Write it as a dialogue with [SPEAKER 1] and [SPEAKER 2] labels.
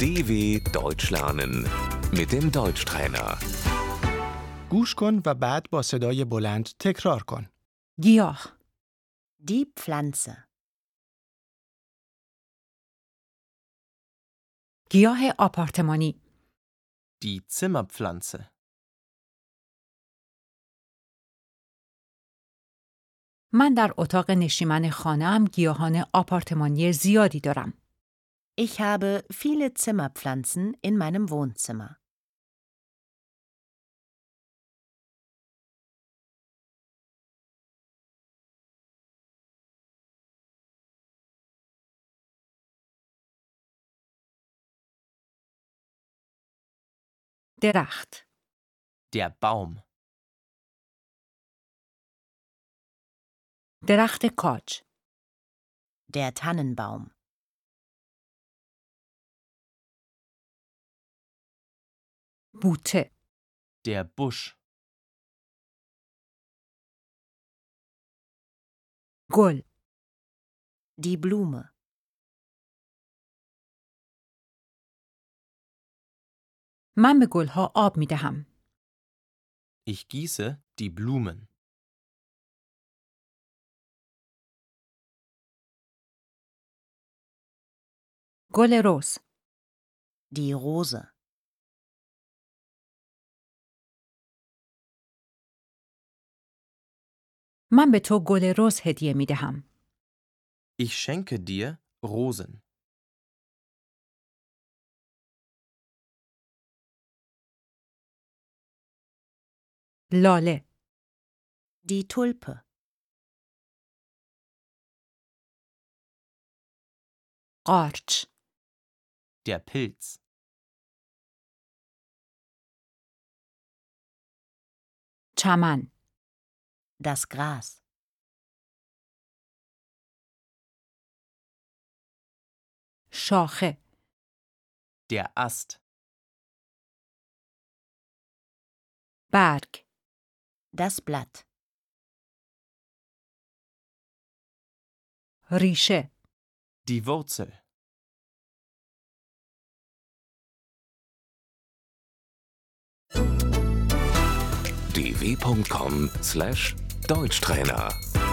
[SPEAKER 1] DW Deutsch lernen mit dem Deutschtrainer.
[SPEAKER 2] گوش کن و بعد با صدای بلند تکرار کن.
[SPEAKER 3] گیاه
[SPEAKER 4] Die Pflanze.
[SPEAKER 3] گیاه آپارتمانی
[SPEAKER 5] Die Zimmerpflanze.
[SPEAKER 3] من در اتاق نشیمن خانهام گیاهان آپارتمانی زیادی دارم
[SPEAKER 4] Ich habe viele Zimmerpflanzen in meinem Wohnzimmer.
[SPEAKER 3] درخت
[SPEAKER 5] Der Baum.
[SPEAKER 3] درخت کاج
[SPEAKER 4] Der Tannenbaum.
[SPEAKER 3] بوته
[SPEAKER 5] Der Busch.
[SPEAKER 3] گل
[SPEAKER 4] Die Blume.
[SPEAKER 3] من به گلها آب می دهم
[SPEAKER 5] Ich gieße die Blumen.
[SPEAKER 3] گل رز
[SPEAKER 4] Die Rose.
[SPEAKER 3] من به تو گل رز هدیه می دهم
[SPEAKER 5] Ich schenke dir Rosen.
[SPEAKER 3] لاله
[SPEAKER 4] Die Tulpe.
[SPEAKER 3] قارچ
[SPEAKER 5] Der Pilz.
[SPEAKER 3] چمن
[SPEAKER 4] Das Gras.
[SPEAKER 3] شاخه
[SPEAKER 5] Der Ast.
[SPEAKER 3] برگ
[SPEAKER 4] Das Blatt.
[SPEAKER 3] ریشه
[SPEAKER 5] Die Wurzel.
[SPEAKER 1] dw.com/deutschtrainer